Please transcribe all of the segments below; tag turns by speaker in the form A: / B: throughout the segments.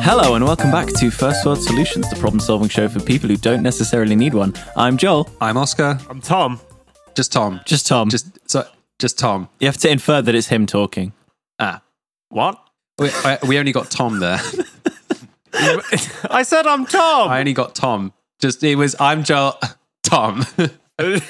A: welcome back to First World Solutions, the problem solving show for people who don't necessarily need one. I'm Joel,
B: I'm Oscar.
C: I'm Tom.
B: Just Tom.
A: just Tom. Just,
B: Just so. Just Tom.
A: you have to infer that it's him talking.
B: Ah,
C: What?
B: we, I, we only got Tom there.
C: I said I'm Tom.
B: I only got Tom. Just it was. I'm Joel. Tom. it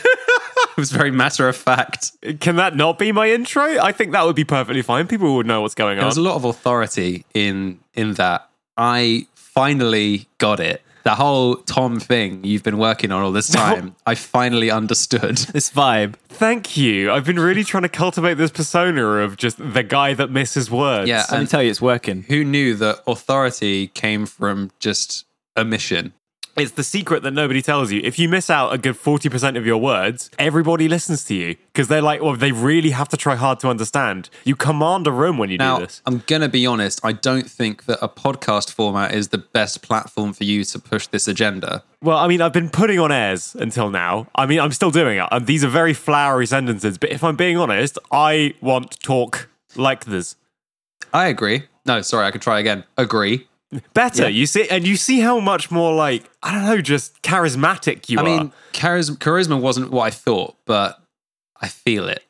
B: was very matter of fact.
C: Can that not be my intro? I think that would be perfectly fine. People would know what's going
B: There
C: on.
B: was a lot of authority in in that. I finally got it. The whole Tom thing you've been working on all this time, I finally understood.
A: This vibe.
C: Thank you. I've been really trying to cultivate this persona of just the guy that misses words.
B: Yeah,
A: Let me
B: and
A: tell you, it's working.
B: who knew that authority came from just omission?
C: It's the secret that nobody tells you. If you miss out a good 40% of your words, everybody listens to you because they're like, well, they really have to try hard to understand. You command a room when you do
B: Now,
C: this.
B: I'm going to be honest, I don't think that a podcast format is the best platform for you to push this agenda.
C: Well, I mean, I've been putting on airs until now. I mean, I'm still doing it. And these are very flowery sentences, but if I'm being honest, I want talk like this.
B: I agree. No, sorry, I could try again. Agree.
C: better. You see, and you see how much more like I don't know, just charismatic you
B: I
C: are.
B: mean, charisma, charisma wasn't what I thought, but I feel it.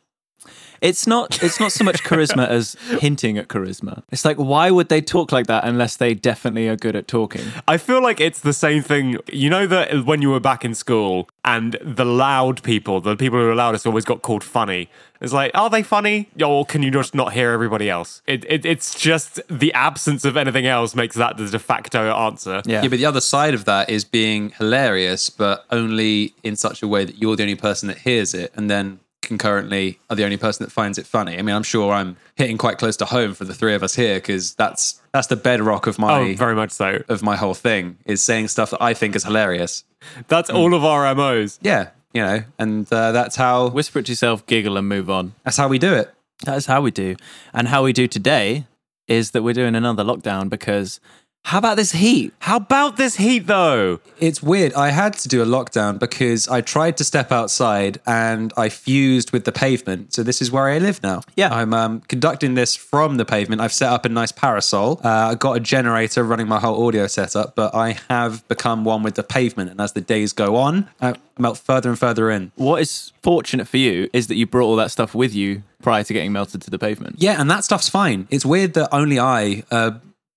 A: It's not. It's not so much charisma as hinting at charisma. It's like, why would they talk like that unless they definitely are good at talking?
C: I feel like it's the same thing. You know that when you were back in school, and the loud people, the people who were loudest, always got called funny. It's like, are they funny? Or can you just not hear everybody else? It, it, it's just the absence of anything else makes that the de facto answer.
A: Yeah.
B: Yeah, but the other side of that is being hilarious, but only in such a way that you're the only person that hears it and then concurrently are the only person that finds it funny. I mean, I'm sure I'm hitting quite close to home for the three of us here because that's that's the bedrock of my
C: Oh, very much so.
B: of my whole thing is saying stuff that I think is hilarious.
C: That's all of our MOs.
B: Yeah, you know, and uh, that's how
A: Whisper it to yourself, giggle, and move on.
B: that's how we do it.
A: That is how we do. And how we do today is that we're doing another lockdown because how about this heat?
C: How about this heat though?
B: It's weird. I had to do a lockdown because I tried to step outside and I fused with the pavement. So this is where I live now.
A: Yeah.
B: I'm um, conducting this from the pavement. I've set up a nice parasol. Uh, I got a generator running my whole audio setup, but I have become one with the pavement. And as the days go on, I melt further and further in.
A: What is fortunate for you is that you brought all that stuff with you prior to getting melted to the pavement.
B: Yeah, and that stuff's fine. It's weird that only I, uh,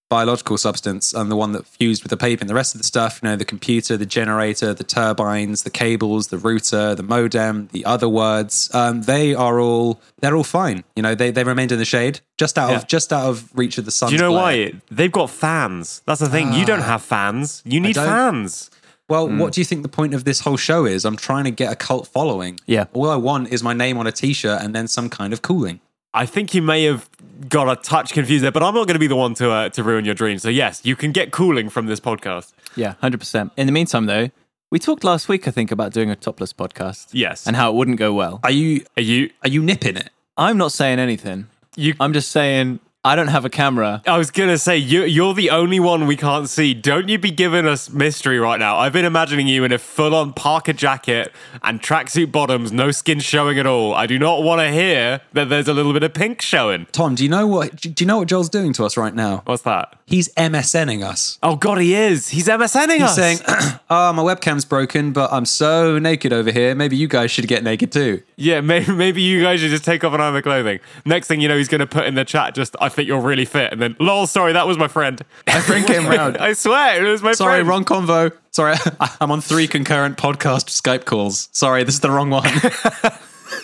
B: biological substance, I'm the one that fused with the pavement. The rest of the stuff, you know, the computer, the generator, the turbines, the cables, the router, the modem, the other words, um, they are all they're all fine. You know, they they remained in the shade, just out
A: Yeah.
B: of just out of reach of the sun.
C: Do you know why? They've got fans. That's the thing. you don't have fans. You need
B: don't.
C: fans.
B: Well,
C: Hmm.
B: what do you think the point of this whole show is? I'm trying to get a cult following.
A: Yeah.
B: All I want is my name on a t-shirt and then some kind of cooling.
C: I think you may have got a touch confused there, but I'm not going to be the one to uh, to ruin your dream. So yes, you can get cooling from this podcast.
A: Yeah, 100%. In the meantime, though, we talked last week, I think, about doing a topless podcast.
C: Yes.
A: And how it wouldn't go well.
B: Are you
C: Are you?
B: are you nipping it?
A: I'm not saying anything.
C: You? i
A: I'm just saying I don't have a camera.
C: was going to say you you're the only one we can't see. Don't you be giving us mystery right now. I've been imagining you in a full on parka jacket and tracksuit bottoms, no skin showing at all. I do not want to hear that there's a little bit of pink showing.
B: Tom, do you know what do you know what Joel's doing to us right now?
C: What's that?
B: He's MSNing us.
C: Oh god, he is. He's MSNing
B: He's
C: us.
B: saying, "Oh, my webcam's broken, but I'm so naked over here. Maybe you guys should get naked too."
C: Yeah, maybe, maybe you guys should just take off an arm of clothing. Next thing you know, he's going to put in the chat, just, I think you're really fit. And then, lol, sorry, that was my friend.
B: My friend came round.
C: I swear, it was my
B: Sorry,
C: friend.
B: wrong convo. Sorry, I'm on three concurrent podcast Skype calls. Sorry, this is the wrong one.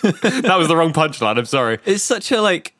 C: That was the wrong punchline. I'm sorry.
A: It's such a like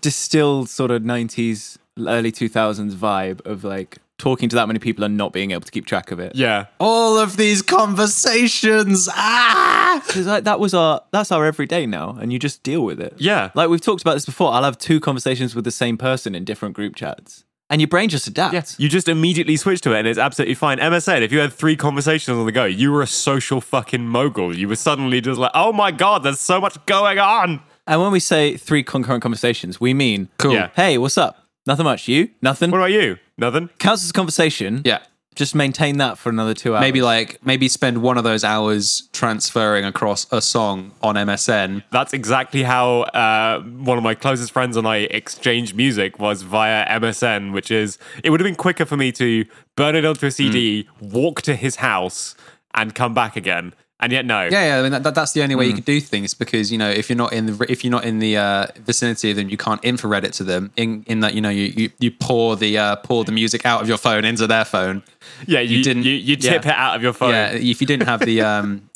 A: distilled sort of 90s, early 2000s vibe of like talking to that many people and not being able to keep track of it.
C: Yeah.
B: All of these conversations. Ah!
A: Because like that was our that's our everyday now, and you just deal with it.
C: Yeah.
A: Like we've talked about this before. I'll have two conversations with the same person in different group chats, and your brain just adapts.
C: You just immediately switch to it and it's absolutely fine. MSN, if you had three conversations on the go, you were a social fucking mogul. You were suddenly just like, oh my God, there's so much going on.
A: And when we say three concurrent conversations, we mean
B: Cool.
C: Yeah.
A: Hey, what's up? Nothing much. You? Nothing.
C: What about you? Nothing?
A: Counts as a conversation.
B: Yeah.
A: Just maintain that for another two hours.
B: Maybe like maybe spend one of those hours transferring across a song on MSN.
C: That's exactly how uh, one of my closest friends and I exchanged music was via MSN, which is it would have been quicker for me to burn it onto a CD,
B: Mm.
C: walk to his house, and come back again. And yet, no.
B: Yeah, yeah. I mean, that, that, that's the only way you can do things because you know if you're not in the if you're not in the uh, vicinity of them, you can't infrared it to them. In in that you know you you, you pour the uh, pour the music out of your phone into their phone.
C: Yeah, you,
B: didn't-
C: You, you tip
B: yeah.
C: it out of your phone.
B: Yeah, if you didn't have the um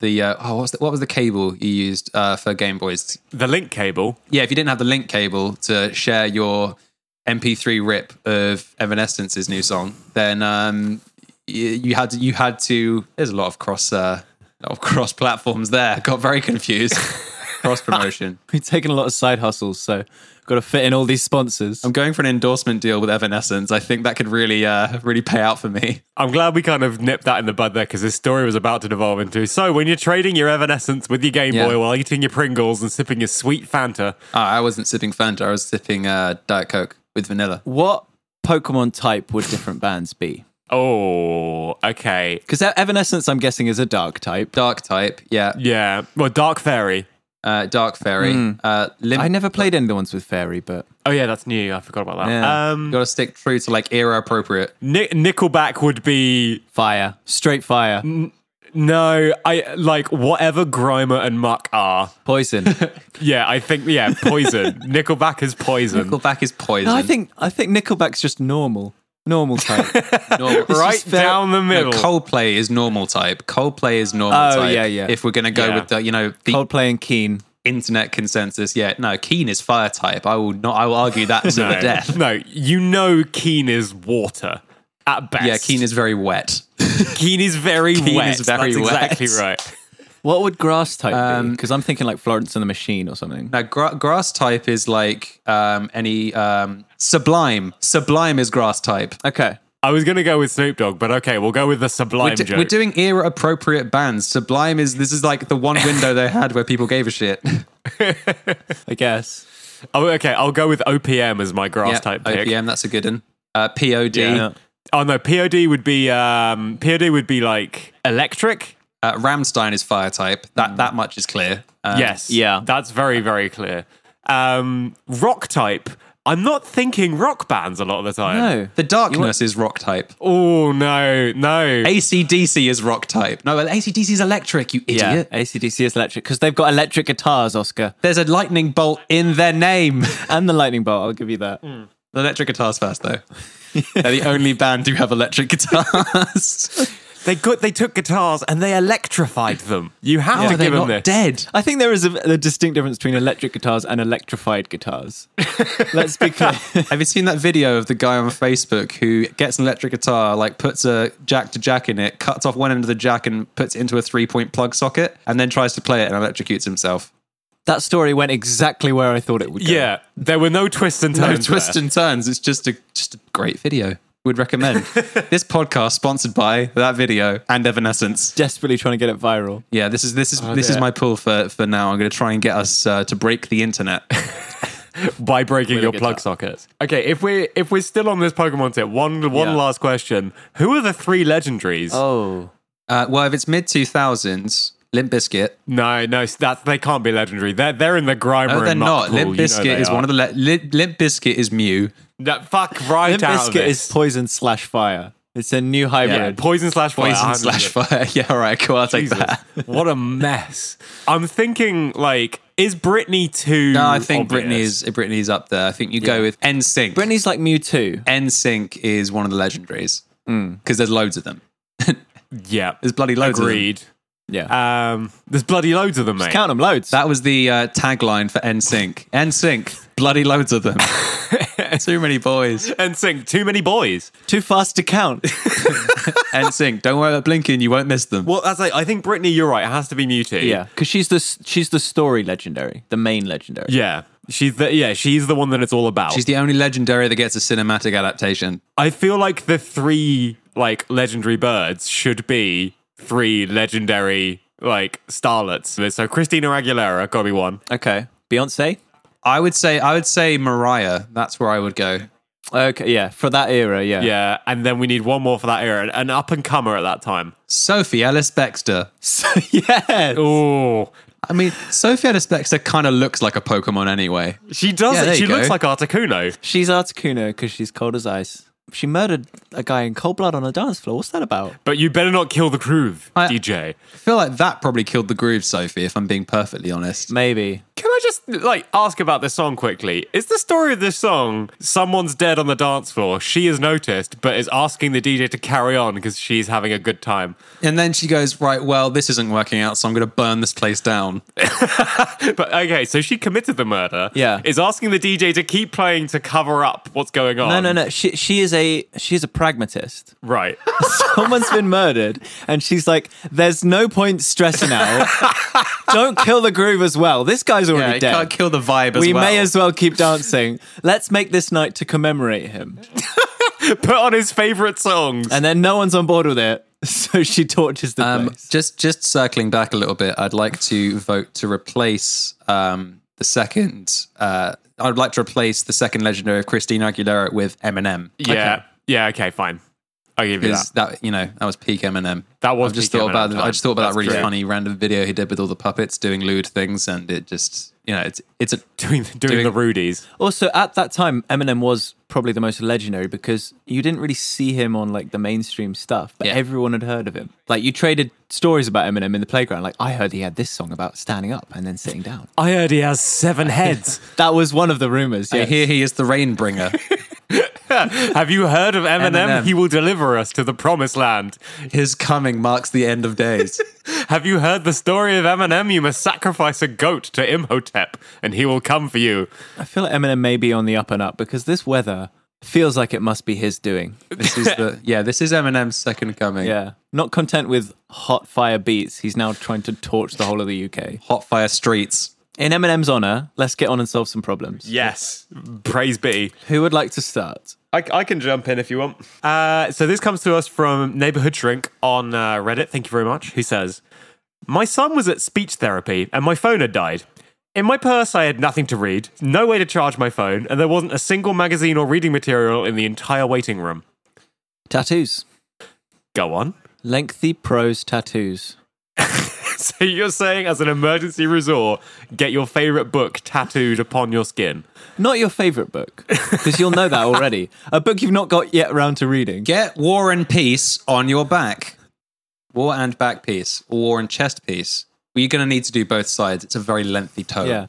B: the uh, oh what's the, what was the cable you used uh, for Game Boys?
C: The link cable.
B: Yeah, if you didn't have the link cable to share your MP3 rip of Evanescence's new song, then um you, you had to, you had to. There's a lot of cross uh, lot of cross platforms there. Got very confused. cross promotion.
A: we've taken a lot of side hustles, so got to fit in all these sponsors.
B: I'm going for an endorsement deal with Evanescence. I think that could really uh really pay out for me.
C: I'm glad we kind of nipped that in the bud there because this story was about to devolve into. So, when you're trading your Evanescence with your Game
B: Yeah.
C: Boy while eating your Pringles and sipping your sweet Fanta,
B: Oh, I wasn't sipping Fanta. I was sipping uh, Diet Coke with vanilla.
A: What Pokemon type would different bands be?
C: oh, okay.
A: Because Evanescence, I'm guessing, is a dark type.
B: Dark type, yeah.
C: Yeah. Well, Dark Fairy.
B: Uh, dark fairy. Uh, lim-
A: Hmm. I never played any of the ones with fairy, but
C: Oh, yeah, that's new. I forgot about that.
A: Yeah.
C: Um,
B: Got to stick true to like era appropriate.
C: Ni- Nickelback would be
A: fire, straight fire,
B: Mm.
C: no, I like whatever Grimer and Muck are.
A: poison.
C: Yeah, I think yeah, poison. Nickelback is poison.
B: Nickelback is poison.
A: Hmm. no, I think I think Nickelback's just normal, normal type.
B: normal,
C: right
A: is fair-
C: down the
B: No,
C: middle.
B: Coldplay is normal type. Coldplay is normal
A: Oh,
B: type.
A: yeah, yeah.
B: If we're gonna go
C: Yeah.
B: with the you know the
A: Coldplay and Keen.
B: internet consensus, yeah. No, Keen is fire type. I will not. I will argue that to the
C: no,
B: death.
C: no, you know Keen is water at best.
B: Yeah, Keen is very wet.
C: Keen is very
B: Keen is
C: wet.
B: very
C: That's
B: wet.
C: exactly right.
A: What would grass type be?
B: Um,
A: Because I'm thinking like Florence and the Machine or something.
B: Now, gra- grass type is like um, any um, sublime. Sublime is grass type.
A: Okay.
C: I was gonna go with Snoop Dogg, but okay, we'll go with the Sublime
B: We're, do-
C: joke.
B: we're doing era appropriate bands. Sublime is this is like the one window they had where people gave a shit.
A: I guess.
C: oh, okay, I'll go with OPM as my grass
B: Yeah,
C: type pick.
B: OPM, that's a good one. Uh, POD,
C: Yeah. Oh no, POD would be um, POD would be like electric.
B: uh, Ramstein is fire type. That that much is clear. Um,
C: Yes.
A: yeah.
C: That's very, very clear. Um, rock type. I'm not thinking rock bands a lot of the time.
A: No.
B: The darkness is rock type.
C: Oh, no, no.
B: ACDC is rock type. No, ACDC is electric. You
A: Yeah.
B: idiot.
A: ACDC is electric because they've got electric guitars, Oscar,
B: There's a lightning bolt in their name.
A: and the lightning bolt. I'll give you that.
C: Hmm.
B: the electric guitars first though. They're the only band who have electric guitars.
C: They got, they took guitars and they electrified them. You have
B: How
C: to
B: are they
C: give them
B: not
C: this.
B: dead?
A: I think there is a, a distinct difference between electric guitars and electrified guitars. Let's be clear.
B: Have you seen that video of the guy on Facebook who gets an electric guitar, like puts a jack to jack in it, cuts off one end of the jack and puts it into a three point plug socket, and then tries to play it and electrocutes himself?
A: that story went exactly where I thought it would go.
C: Yeah, there were no twists and
B: No
C: turns.
B: twists and turns. It's just a just a great video. Would recommend this podcast sponsored by that video and Evanescence.
A: Desperately trying to get it viral.
B: Yeah, this is this is this is
C: Oh, dear.
B: my pull for for now. I'm going to try and get us uh, to break the internet.
C: there by breaking your
A: a
C: plug sockets. Okay, if we're if we're still on this Pokemon tip, one one
A: Yeah.
C: last question: Who are the three legendaries?
A: Oh.
B: Uh, well, if it's mid 2000s, Limp Biscuit
C: No, no, that they can't be legendary. They're they're in the Grimer.
B: No,
C: and
B: they're
C: Muck
B: not.
C: pool.
B: Limp Biscuit is one of the le- Lim- Limp Biscuit is Mew.
C: that fuck right
A: Limp
C: out of
A: Bizkit
C: this.
A: is poison slash fire. It's a new
C: Yeah,
A: hybrid.
C: poison slash fire.
B: Poison
C: 100%.
B: slash fire. Yeah, all right, cool. I'll take
C: Jesus.
B: that.
C: what a mess. I'm thinking like, is Britney too?
B: No, I think
C: obvious?
B: Brittany is Brittany is up there. I think you go with NSYNC. Brittany
A: Britney's like Mewtwo.
B: NSYNC is one of the legendaries
C: Hmm.
B: because there's loads of them.
C: Yeah,
B: There's bloody loads of them.
C: agreed.
A: Yeah.
C: Um, there's bloody loads of them, mate.
A: Count them loads.
B: That was the uh, tagline for NSYNC. NSYNC, bloody loads of them. Too many boys.
C: and sing too many boys.
A: Too fast to count.
B: NSYNC, don't worry about blinking, you won't miss them.
C: Well, that's like I think Britney. You're right. It has to be Mewtwo.
A: yeah, because she's the s- she's the story legendary, the main legendary.
C: yeah. She's the yeah. She's the one that it's all about.
B: She's the only legendary that gets a cinematic adaptation.
C: I feel like the three like legendary birds should be three legendary like starlets. So Christina Aguilera got to be one.
A: Okay. Beyonce.
B: I would say I would say Mariah. That's where I would go.
A: Okay, yeah, for that era, yeah.
C: Yeah, and then we need one more for that era, an up and comer at that time.
B: Sophie Ellis Bextor.
A: So, yes.
C: Oh,
B: I mean, Sophie Ellis Bextor kind of looks like a Pokemon anyway.
C: she does
B: Yeah,
C: it.
B: there
C: She
B: you
C: looks
B: go.
C: like Articuno.
A: She's Articuno because she's cold as ice. She murdered a guy in cold blood on a dance floor. What's that about?
C: But you better not kill the groove,
B: I-
C: DJ.
B: I feel like that probably killed the groove, Sophie, if I'm being perfectly honest.
A: Maybe.
C: Can I just like ask about this song quickly? Is the story of this song someone's dead on the dance floor? She is noticed, but is asking the DJ to carry on because she's having a good time.
B: And then she goes, Right, well, this isn't working out, so I'm going to burn this place down.
C: But okay, so she committed the murder.
A: Yeah.
C: is asking the DJ to keep playing to cover up what's going on.
A: No, no, no. She she is a she is a pragmatist.
C: Right.
A: Someone's been murdered, and she's like, "There's no point stressing out. Don't kill the groove as well. This guy's
B: Yeah,
A: already
B: you
A: dead.
B: can't kill the vibe as
A: we
B: well.
A: may as well keep dancing. Let's make this night to commemorate him."
C: Put on his favorite songs.
A: And then no one's on board with it, so she tortures the
B: Um,
A: place.
B: just just circling back a little bit, I'd like to vote to replace um, the second. Uh, I'd like to replace the second legendary of Christine Aguilera with Eminem.
C: yeah, yeah. Okay, fine. I'll give you that.
B: Because that you know that was peak Eminem.
C: That was
B: I've just
C: peak
B: thought
C: Eminem
B: about. I
C: time.
B: just thought about
C: That's
B: that really
C: true.
B: funny random video he did with all the puppets doing lewd things, and it just you know it's it's a
C: Doing, doing, the Rudies.
A: Also, at that time, Eminem was probably the most legendary because you didn't really see him on like the mainstream stuff, but
B: Yeah.
A: everyone had heard of him. Like you traded stories about Eminem in the playground. Like I heard he had this song about standing up and then sitting down.
C: I heard he has seven heads.
A: That was one of the rumors.
B: I
A: Yeah,
B: hear he is the rain bringer.
C: Have you heard of Eminem?
B: Eminem.
C: He will deliver us to the promised land.
B: His coming marks the end of days.
C: Have you heard the story of Eminem? You must sacrifice a goat to Imhotep, and he will come for you.
A: I feel like Eminem may be on the up and up because this weather feels like it must be his doing.
B: this is the yeah. This is Eminem's second coming.
A: Yeah, not content with hot fire beats, he's now trying to torch the whole of the UK.
B: Hot fire streets.
A: In Eminem's honor, let's get on and solve some problems.
C: Yes, praise be.
A: Who would like to start?
C: I, I can jump in if you want. Uh, so this comes to us from Neighborhood Shrink on uh, Reddit. Thank you very much. Who says, "My son was at speech therapy and my phone had died. In my purse, I had nothing to read, no way to charge my phone, and there wasn't a single magazine or reading material in the entire waiting room.
A: Tattoos.
C: Go on."
A: Lengthy prose tattoos.
C: So you're saying, as an emergency resort, get your favorite book tattooed upon your skin?
A: Not your favorite book, because you'll know that already. A book you've not got yet around to reading.
B: Get War and Peace on your back. War and back piece, or War and chest piece. Well, you're going to need to do both sides. It's a very lengthy tome.
A: Yeah.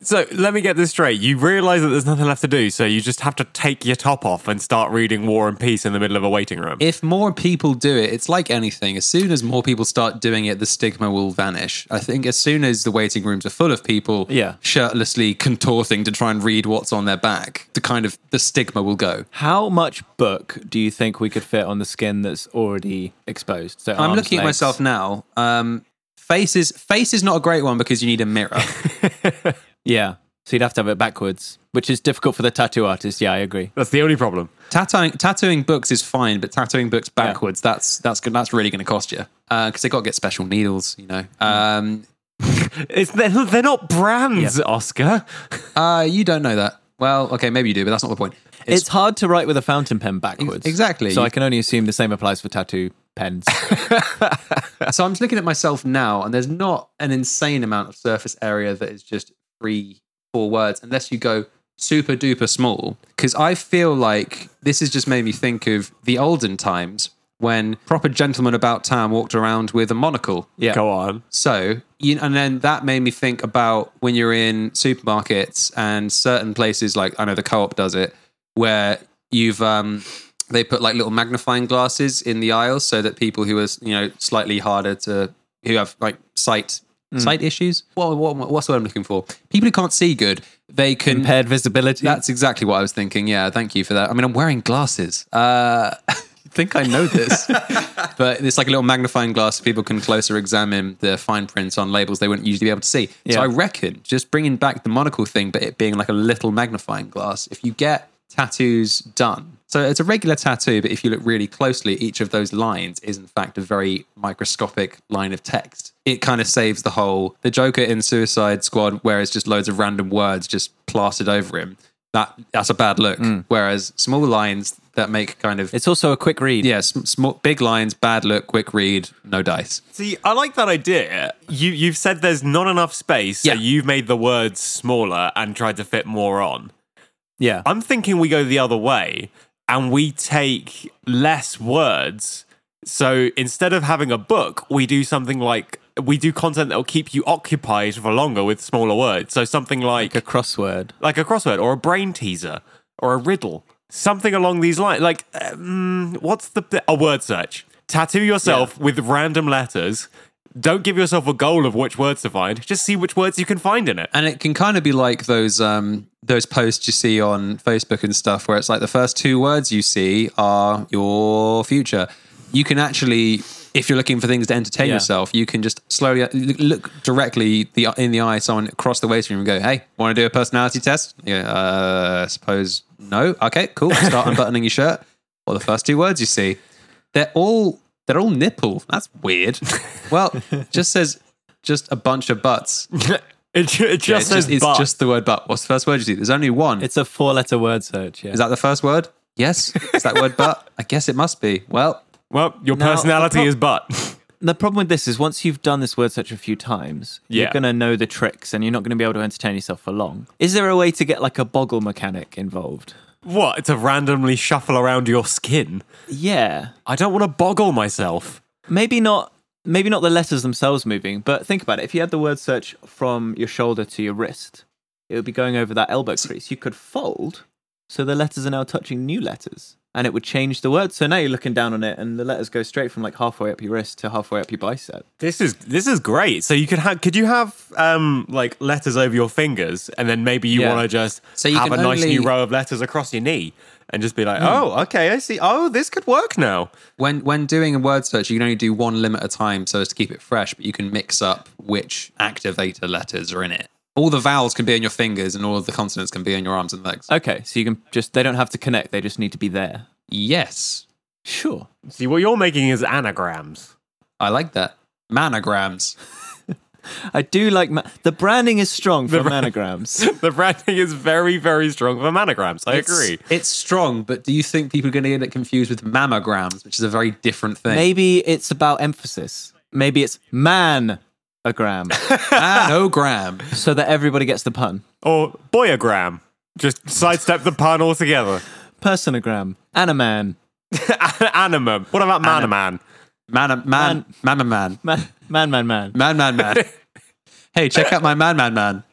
C: So let me get this straight. You realize that there's nothing left to do, so you just have to take your top off and start reading War and Peace in the middle of a waiting room.
B: If more people do it, it's like anything. As soon as more people start doing it, the stigma will vanish. I think as soon as the waiting rooms are full of people
A: Yeah.
B: shirtlessly contorting to try and read what's on their back, the kind of the stigma will go.
A: How much book do you think we could fit on the skin that's already exposed? So
B: I'm
A: arms,
B: looking at
A: legs.
B: myself now. Um, face is face is not a great one because you need a mirror.
A: Yeah. So you'd have to have it backwards, which is difficult for the tattoo artist. Yeah, I agree.
C: That's the only problem.
B: tattooing tattooing books is fine, but tattooing books backwards that's that's good. That's really going to cost you uh, because they got to get special needles. You know, um,
C: It's they're, they're not brands, Oscar.
B: uh, you don't know that. Well, okay, maybe you do, but that's not the point.
A: It's, hard to write with a fountain pen backwards.
B: exactly.
A: So I can only assume the same applies for tattoo pens.
B: so I'm just looking at myself now, and there's not an insane amount of surface area that is just three, four words, unless you go super duper small. Because I feel like this has just made me think of the olden times when proper gentlemen about town walked around with a monocle.
A: Yeah.
C: Go on.
B: So, you, and then that made me think about when you're in supermarkets and certain places, like I know the co-op does it, where you've um, they put like little magnifying glasses in the aisles so that people who are you know slightly harder to who have like sight sight issues. What, what what's the word I'm looking for? People who can't see good, they can.
A: Impaired visibility.
B: That's exactly what I was thinking. Yeah, thank you for that. I mean, I'm wearing glasses. Uh, I think I know this, but it's like a little magnifying glass. so People can closer examine the fine print on labels they wouldn't usually be able to see. So
A: Yeah.
B: I reckon just bringing back the monocle thing, but it being like a little magnifying glass. If you get tattoos done, so it's a regular tattoo, but if you look really closely, each of those lines is in fact a very microscopic line of text. It kind of saves the whole the Joker in Suicide Squad, where it's just loads of random words just plastered over him that that's a bad look. Whereas small lines that make kind of
D: It's also a quick read.
B: yeah, sm- small big lines, bad look, quick read, no dice.
C: See, I like that idea. You you've said there's not enough space, so
B: Yeah.
C: you've made the words smaller and tried to fit more on.
D: Yeah.
C: I'm thinking we go the other way and we take less words. So instead of having a book, we do something like we do content that will keep you occupied for longer with smaller words. So something like
A: a crossword.
C: like a crossword or a brain teaser or a riddle, something along these lines. Like, um, what's the a word search? Tattoo yourself with random letters. Don't give yourself a goal of which words to find. Just see which words you can find in it.
B: And it can kind of be like those um those posts you see on Facebook and stuff where it's like the first two words you see are your future. You can actually if you're looking for things to entertain
A: Yeah.
B: yourself, you can just slowly look- look directly the in the eye of someone across the waiting room and go, "Hey, want to do a personality test?" You go, uh, I suppose no. Okay, cool. Start unbuttoning your shirt. Or the first two words you see, they're all they're all nipple. That's weird. Well, it just says just a bunch of butts.
C: It, ju- it just
B: Yeah, it's
C: says
B: just, it's
C: but.
B: just the word but. What's the first word you see? There's only one.
D: It's a four letter word search. Yeah.
B: Is that the first word? Yes. Is that word but? I guess it must be. Well,
C: well, your
A: Now,
C: personality
A: the
C: is but.
A: The problem with this is once you've done this word search a few times,
C: Yeah.
A: you're going to know the tricks and you're not going to be able to entertain yourself for long. Is there a way to get like a boggle mechanic involved?
C: what? To randomly shuffle around your skin.
A: Yeah.
C: I don't want to boggle myself.
A: Maybe not maybe not the letters themselves moving, but think about it. If you had the word search from your shoulder to your wrist, it would be going over that elbow crease. You could fold so the letters are now touching new letters and it would change the word. So now you're looking down on it and the letters go straight from like halfway up your wrist to halfway up your bicep.
C: This is this is great. So you could have could you have um like letters over your fingers and then maybe you
A: Yeah.
C: want to just
B: So you
C: have a
B: can
C: nice
B: only- Hmm.
C: new row of letters across your knee and just be like, "Oh, okay, I see. Oh, this could work now."
B: when when doing a word search, you can only do one limit at a time so as to keep it fresh, but you can mix up which activator letters are in it. All the vowels can be on your fingers and all of the consonants can be on your arms and legs.
A: Okay, so you can just they don't have to connect, they just need to be there.
B: Yes.
A: Sure.
C: See, what you're making is anagrams.
B: I like that. Manograms.
A: I do like ma- the branding is strong for
C: bra-
A: manograms.
C: the branding is very very strong for anagrams. I
B: It's-
C: agree.
B: It's, strong, but do you think people are going to get it confused with mammograms, which is a very different thing?
A: Maybe it's about emphasis. Maybe it's man a gram
B: Manogram.
A: so that everybody gets the pun.
C: Or boyogram. Just sidestep the pun altogether.
A: Personogram. Anaman.
C: Animum. What about manaman?
B: Man, man, man, man, man,
A: Man man man. man.
B: man, man, man. hey, check out my man, man, man.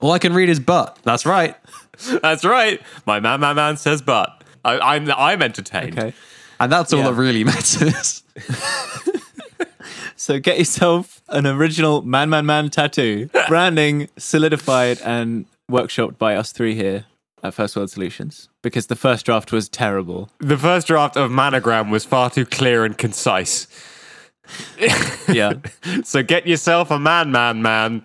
B: All I can read is butt. That's right.
C: That's right. My man man man says but. I, I'm I'm entertained.
A: Okay.
B: And that's all
A: Yeah.
B: that really matters.
A: So get yourself an original man man man tattoo. Branding solidified and workshopped by us three here at First World Solutions because the first draft was terrible.
C: The first draft of Manogram was far too clear and concise.
A: Yeah.
C: So get yourself a man, man, man.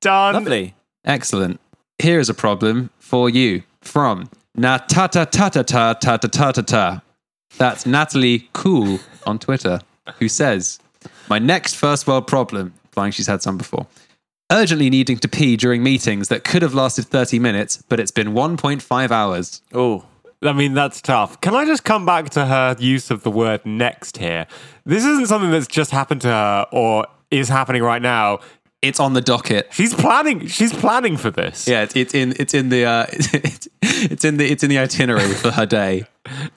C: Done.
A: Lovely.
B: Excellent. Here is a problem for you from na ta ta ta ta ta ta ta ta ta ta. That's Natalie Cool on Twitter, who says, "My next first world problem." Implying she's had some before. Urgently needing to pee during meetings that could have lasted 30 minutes, but it's been 1.5 hours.
A: Oh.
C: I mean, that's tough. Can I just come back to her use of the word next here? This isn't something that's just happened to her or is happening right now.
B: It's on the docket.
C: She's planning. She's planning for this.
B: Yeah, it's, it's in it's in the uh, it's, it's in the it's in the itinerary for her day.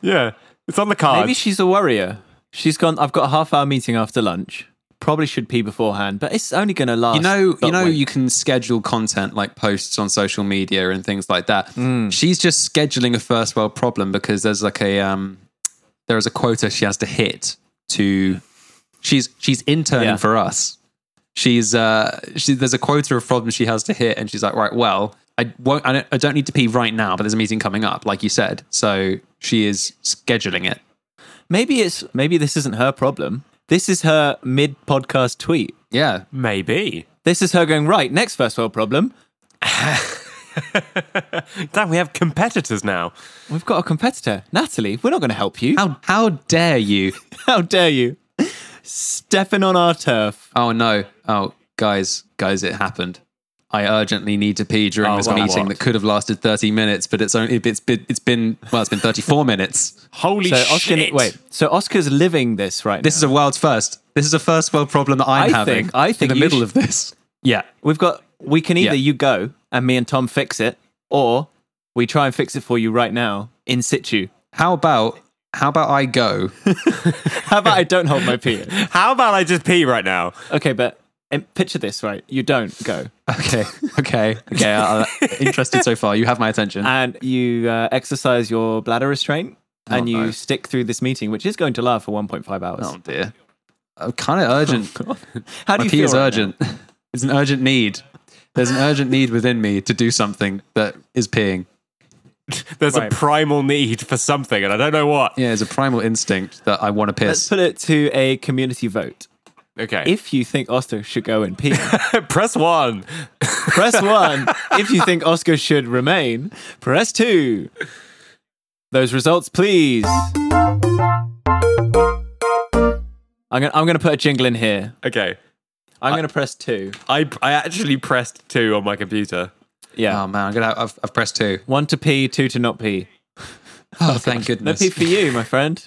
C: Yeah. It's on the card.
A: Maybe she's a worrier. She's gone, I've got a half hour meeting after lunch. Probably should pee beforehand, but it's only going to last.
B: you know you
A: but
B: know
A: wait.
B: you can schedule content like posts on social media and things like that she's just scheduling a first world problem because there's like a um there is a quota she has to hit to she's she's interning
A: Yeah.
B: for us she's uh she, there's a quota of problems she has to hit and she's like right well i won't I don't, I don't need to pee right now but there's a meeting coming up like you said so she is scheduling it
A: Maybe it's maybe this isn't her problem. This is her mid podcast tweet.
B: yeah
C: Maybe.
A: This is her going right. Next first world problem.
C: Damn, we have competitors now.
A: We've got a competitor, Natalie. We're not going to help you. How,
B: how how dare you
A: dare you? Stepping on our turf.
B: Oh no! Oh guys, guys, it happened. I urgently need to pee during
C: Oh,
B: this
C: well,
B: meeting
C: what?
B: that could have lasted 30 minutes, but it's only it's been, it's been well, it's been 34 minutes.
C: Holy
A: So Oscar,
C: shit!
A: wait. So Oscar's living this right
B: This
A: now.
B: is a world's first. This is a first world problem that I'm
A: I
B: having.
A: think- I think
B: in
A: you
B: the middle
A: should-
B: of this. Yeah,
A: We've got. We can either
B: Yeah.
A: you go and me and Tom fix it, or we try and fix it for you right now in situ.
B: How about how about I go?
A: How about I don't hold my pee?
C: How about I just pee right now?
A: Okay, but um, picture this, right? You don't go,
B: Okay, okay, okay. I, I'm interested so far. You have my attention.
A: and you uh, exercise your bladder restraint, and you
B: no.
A: stick through this meeting, which is going to last for 1.5 hours.
B: oh dear. I'm kind of urgent.
A: Oh, How do
B: my
A: you
B: pee
A: feel
B: is
A: right now?
B: urgent. It's an urgent need. There's an urgent need within me to do something that is peeing.
C: There's
A: Right.
C: a primal need for something, and I don't know what.
B: Yeah, it's a primal instinct that I want to
A: Let's
B: piss.
A: put it to a community vote.
C: Okay,
A: If you think Oscar should go and pee,
C: press one.
A: press one. If you think Oscar should remain, press two. Those results, please. I'm gonna, I'm gonna put a jingle in here.
C: Okay,
A: I'm gonna press two.
C: I I actually pressed two on my computer.
A: Yeah,
B: oh man, I'm gonna. I've, I've pressed two.
A: one to pee, two to not pee.
B: Oh, thank
A: No
B: goodness.
A: pee for you, my friend.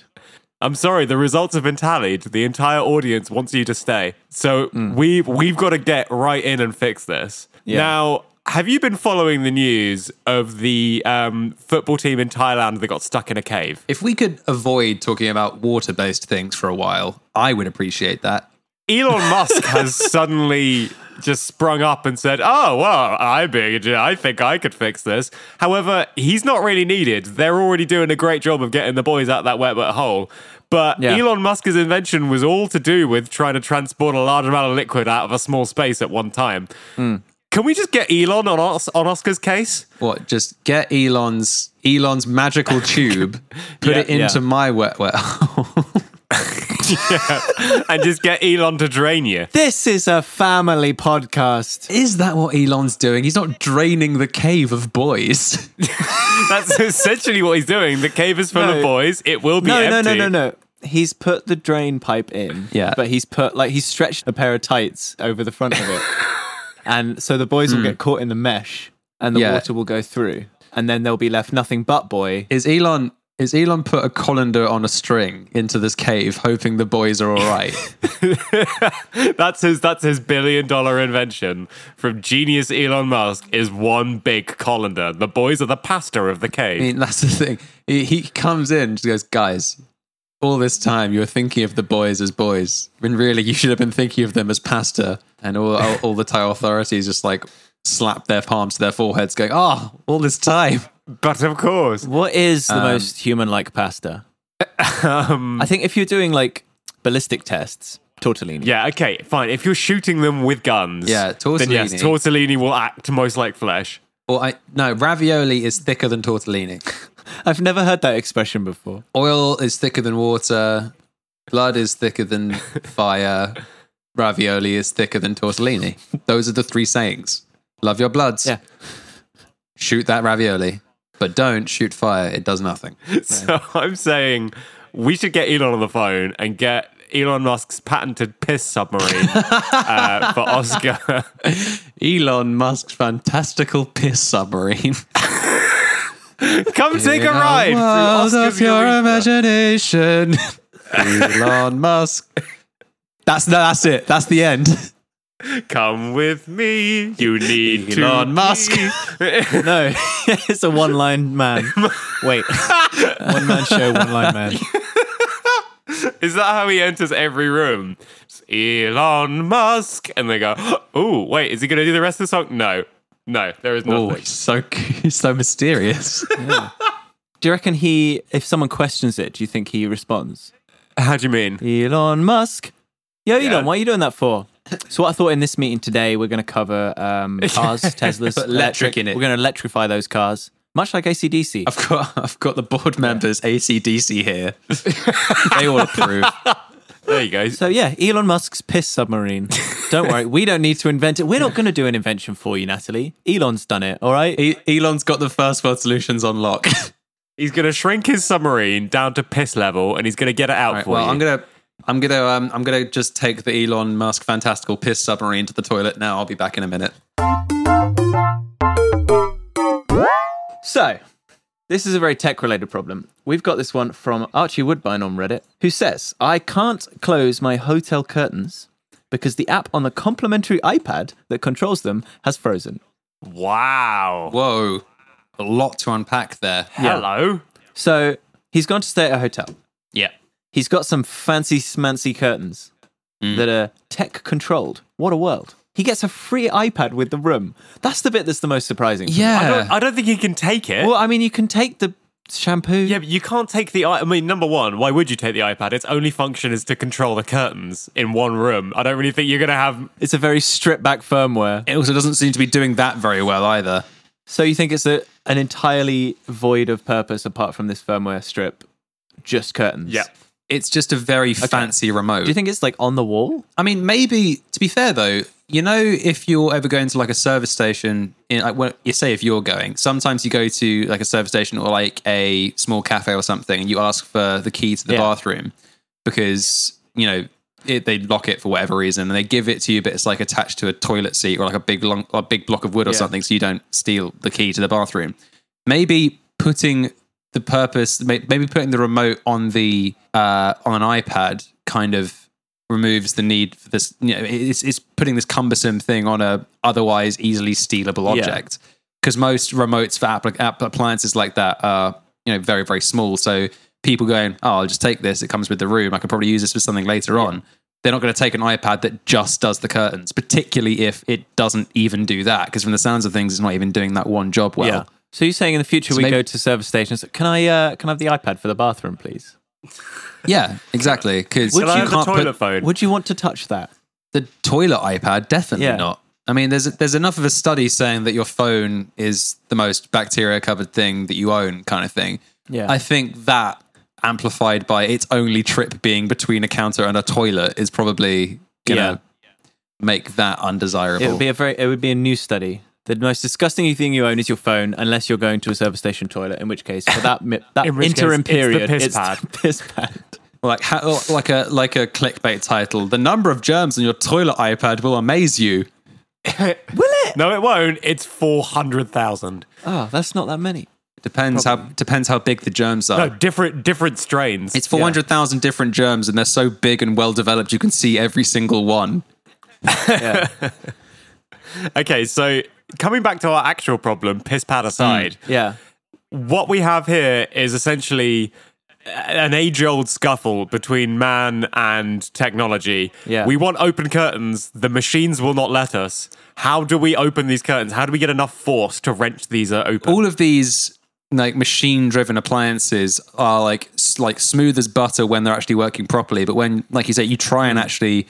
C: I'm sorry, the results have been tallied. The entire audience wants you to stay. So we we've got to get right in and fix this. Now, have you been following the news of the um, football team in Thailand that got stuck in a cave?
B: If we could avoid talking about water-based things for a while, I would appreciate that.
C: Elon Musk has suddenly just sprung up and said, "Oh well, I big, I think I could fix this." However, he's not really needed. They're already doing a great job of getting the boys out that wet wet hole. But
A: Yeah.
C: Elon Musk's invention was all to do with trying to transport a large amount of liquid out of a small space at one time.
A: Hmm.
C: Can we just get Elon on Os- on Oscar's case?
B: What? Just get Elon's Elon's magical tube, put
C: Yeah,
B: it into
A: yeah.
B: my wet wet.
C: and just get Elon to drain you.
A: This is a family podcast.
B: Is that what Elon's doing? He's not draining the cave of boys.
C: That's essentially what he's doing. The cave is full
A: No.
C: of boys. It will be
A: No,
C: empty.
A: no, no, no, no. He's put the drain pipe in.
B: Yeah.
A: But he's put like he's stretched a pair of tights over the front of it. and so the boys will get caught in the mesh and the
B: Yeah.
A: water will go through. And then they'll be left nothing but boy.
B: Is Elon? Is Elon put a colander on a string into this cave, hoping the boys are all right?
C: That's his that's his billion dollar invention from genius Elon Musk is one big colander. The boys are the pastor of the
B: I
C: cave.
B: mean, that's the thing. He, he comes in, just goes, guys. All this time, you were thinking of the boys as boys, when really you should have been thinking of them as pasta. And all all, all the Thai authorities just like slap their palms to their foreheads, going, "Oh, all this time."
C: But of course.
A: What is the most human like pasta?
C: Um,
A: I think if you're doing like ballistic tests, tortellini.
C: yeah, okay, fine. If you're shooting them with guns,
B: Yeah,
C: then yes,
B: tortellini.
C: tortellini will act most like flesh.
B: Or I no, ravioli is thicker than tortellini.
A: I've never heard that expression before.
B: Oil is thicker than water. Blood is thicker than fire. Ravioli is thicker than tortellini. Those are the three sayings. Love your bloods.
A: Yeah.
B: Shoot that ravioli, but don't shoot fire. It does nothing.
C: So I'm saying we should get Elon on the phone and get Elon Musk's patented piss submarine uh, for Oscar.
B: Elon Musk's fantastical piss submarine.
C: Come take
B: In
C: a
B: a
C: ride through
B: world of
C: Oscar's
B: your
C: urethra.
B: imagination. Elon Musk. That's that's it. That's the end.
C: Come with me. You need to
B: Elon Musk.
A: No, it's a one line man. Wait. one man show, one line man.
C: Is that how he enters every room? It's Elon Musk. And they go, oh, wait, is he going to do the rest of the song? No. No, there is
B: Oh,
C: nothing.
B: he's so he's so mysterious.
A: Do you reckon he, if someone questions it, do you think he responds?
C: How do you mean?
A: Elon Musk. Yo, Elon,
C: Yeah.
A: why are you doing that for? So, what I thought in this meeting today, we're going to cover um, cars, Teslas,
B: Put electric in it.
A: We're going to electrify those cars, much like ACDC.
B: I've got I've got the board members ACDC here. they all approve.
C: There you go.
A: So, yeah, Elon Musk's piss submarine. don't worry, we don't need to invent it. We're not going to do an invention for you, Natalie. Elon's done it, all right?
B: E- Elon's got the first world solutions on lock.
C: He's going to shrink his submarine down to piss level and he's going to get it out
B: Right,
C: for
B: well,
C: you.
B: I'm gonna I'm gonna um, I'm gonna just take the Elon Musk fantastical piss submarine to the toilet now. I'll be back in a minute.
A: So, this is a very tech related problem. We've got this one from Archie Woodbine on Reddit, who says, I can't close my hotel curtains because the app on the complimentary iPad that controls them has frozen.
C: Wow.
B: Whoa, a lot to unpack there.
C: Hello.
A: So, he's gone to stay at a hotel.
B: Yeah,
A: He's got some fancy smancy curtains that are tech controlled. What a world. He gets a free iPad with the room. That's the bit that's the most surprising. for me.
B: yeah.
C: I don't, I don't think he can take it.
A: Well, I mean, you can take the shampoo.
C: Yeah, but you can't take the. i- I mean, number one, why would you take the iPad? Its only function is to control the curtains in one room. I don't really think you're going to have.
A: It's a very stripped back firmware.
B: it also doesn't seem to be doing that very well either.
A: So you think it's a, an entirely void of purpose apart from this firmware strip, just curtains?
C: Yeah.
B: It's just a very fancy remote.
A: Do you think it's like on the wall?
B: I mean, maybe to be fair though, you know, if you're ever going to like a service station, in, like well, you say if you're going, sometimes you go to like a service station or like a small cafe or something, and you ask for the key to the
A: Yeah.
B: bathroom because you know it, they lock it for whatever reason, and they give it to you, but it's like attached to a toilet seat or like a big long, a big block of wood or
A: Yeah.
B: something, so you don't steal the key to the bathroom. Maybe putting the purpose, may- maybe putting the remote on the uh, on an iPad kind of removes the need for this. You know, it's it's putting this cumbersome thing on a otherwise easily stealable
A: Yeah.
B: object. Because most remotes for app, app appliances like that are you know very very small, so people going, oh, I'll just take this. It comes with the room. I could probably use this for something later on. They're not going to take an iPad that just does the curtains, particularly if it doesn't even do that. Because from the sounds of things, it's not even doing that one job well.
A: Oh. So you're saying in the future we
B: maybe-
A: go to service stations? Can I uh, can I have the iPad for the bathroom, please?
B: Yeah, exactly. Because
A: Would
B: you
C: Can I have
B: can't
C: the toilet
B: put
C: phone?
A: Would you want to touch that?
B: the toilet iPad. Definitely
A: Yeah.
B: not. I mean, there's there's enough of a study saying that your phone is the most bacteria covered thing that you own, kind of thing.
A: Yeah.
B: I think that amplified by its only trip being between a counter and a toilet is probably gonna make that undesirable.
A: It would be a very it would be a new study. The most disgusting thing you own is your phone, unless you're going to a service station toilet. In which case, for that mi- that
C: In which case,
A: interim
C: it's the
A: period,
C: piss
A: it's
C: pad.
A: the piss pad.
B: like ha- oh, like a like a clickbait title. The number of germs on your toilet iPad will amaze you.
C: No, it won't. It's 400,000.
A: Oh, that's not that many.
B: Depends how depends how big the germs are.
C: No, Oh, different different strains.
B: It's 400,000 different germs, and they're so big and well developed, you can see every single one.
C: okay, so coming back to our actual problem, piss pad aside,
A: Yeah.
B: Hmm.
C: what we have here is essentially an age old scuffle between man and technology.
A: Yeah.
C: We want open curtains. The machines will not let us. How do we open these curtains? How do we get enough force to wrench these uh, open?
B: All of these like machine-driven appliances are like s- like smooth as butter when they're actually working properly, but when, like you say, you try and actually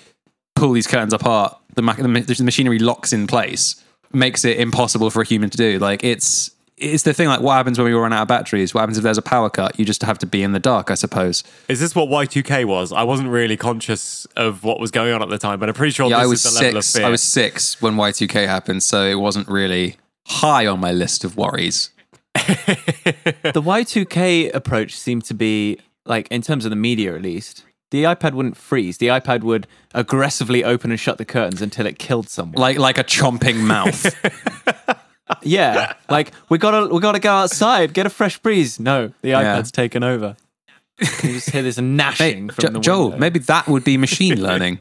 B: pull these curtains apart, the, ma- the, ma- the machinery locks in place, makes it impossible for a human to do. Like it's it's the thing. Like what happens when we run out of batteries? What happens if there's a power cut? You just have to be in the dark, I suppose.
C: Is this what Y2K was? I wasn't really conscious of what was going on at the time, but I'm pretty sure
B: Yeah,
C: this
B: I was
C: is the level
B: six.
C: of fear.
B: I was six when Y two K happened, so it wasn't really high on my list of worries.
A: the Y2K approach seemed to be like in terms of the media at least. The iPad wouldn't freeze. The iPad would aggressively open and shut the curtains until it killed someone.
B: Like like a chomping mouth.
A: yeah, like we gotta we gotta go outside, get a fresh breeze. No, the
B: Yeah.
A: iPad's taken over. You just hear this gnashing from
B: Jo-
A: the
B: Joel,
A: window.
B: maybe that would be machine learning.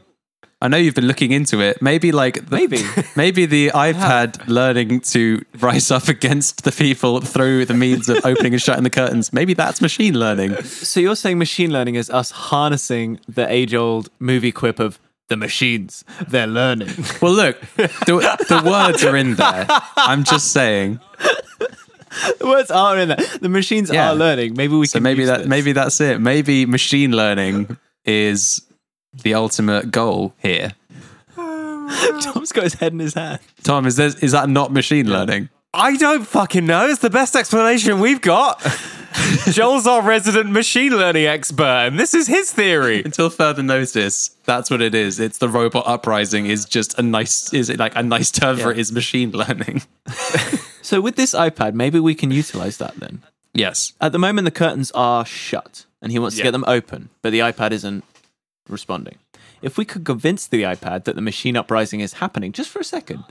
B: I know you've been looking into it. Maybe like the,
A: Maybe.
B: maybe the iPad learning to rise up against the people through the means of opening and shutting the curtains. Maybe that's machine learning.
A: So you're saying machine learning is us harnessing the age-old movie quip of the machines, they're learning.
B: Well, look, the, the words are in there. I'm just saying.
A: the words are in there. The machines
B: Yeah.
A: are learning. Maybe we
B: So
A: can
B: maybe
A: use
B: that
A: this.
B: maybe that's it. Maybe machine learning is the ultimate goal here.
A: Tom's got his head in his hand.
B: Tom, is this is that not machine learning?
C: I don't fucking know. It's the best explanation we've got. Joel's our resident machine learning expert, and this is his theory.
B: Until further notice, that's what it is. It's the robot uprising is just a nice is it like a nice term for it is machine learning.
A: So with this iPad, maybe we can utilize that then.
B: Yes.
A: At the moment, the curtains are shut, and he wants to get them open, but the iPad isn't responding. If we could convince the iPad that the machine uprising is happening just for a second,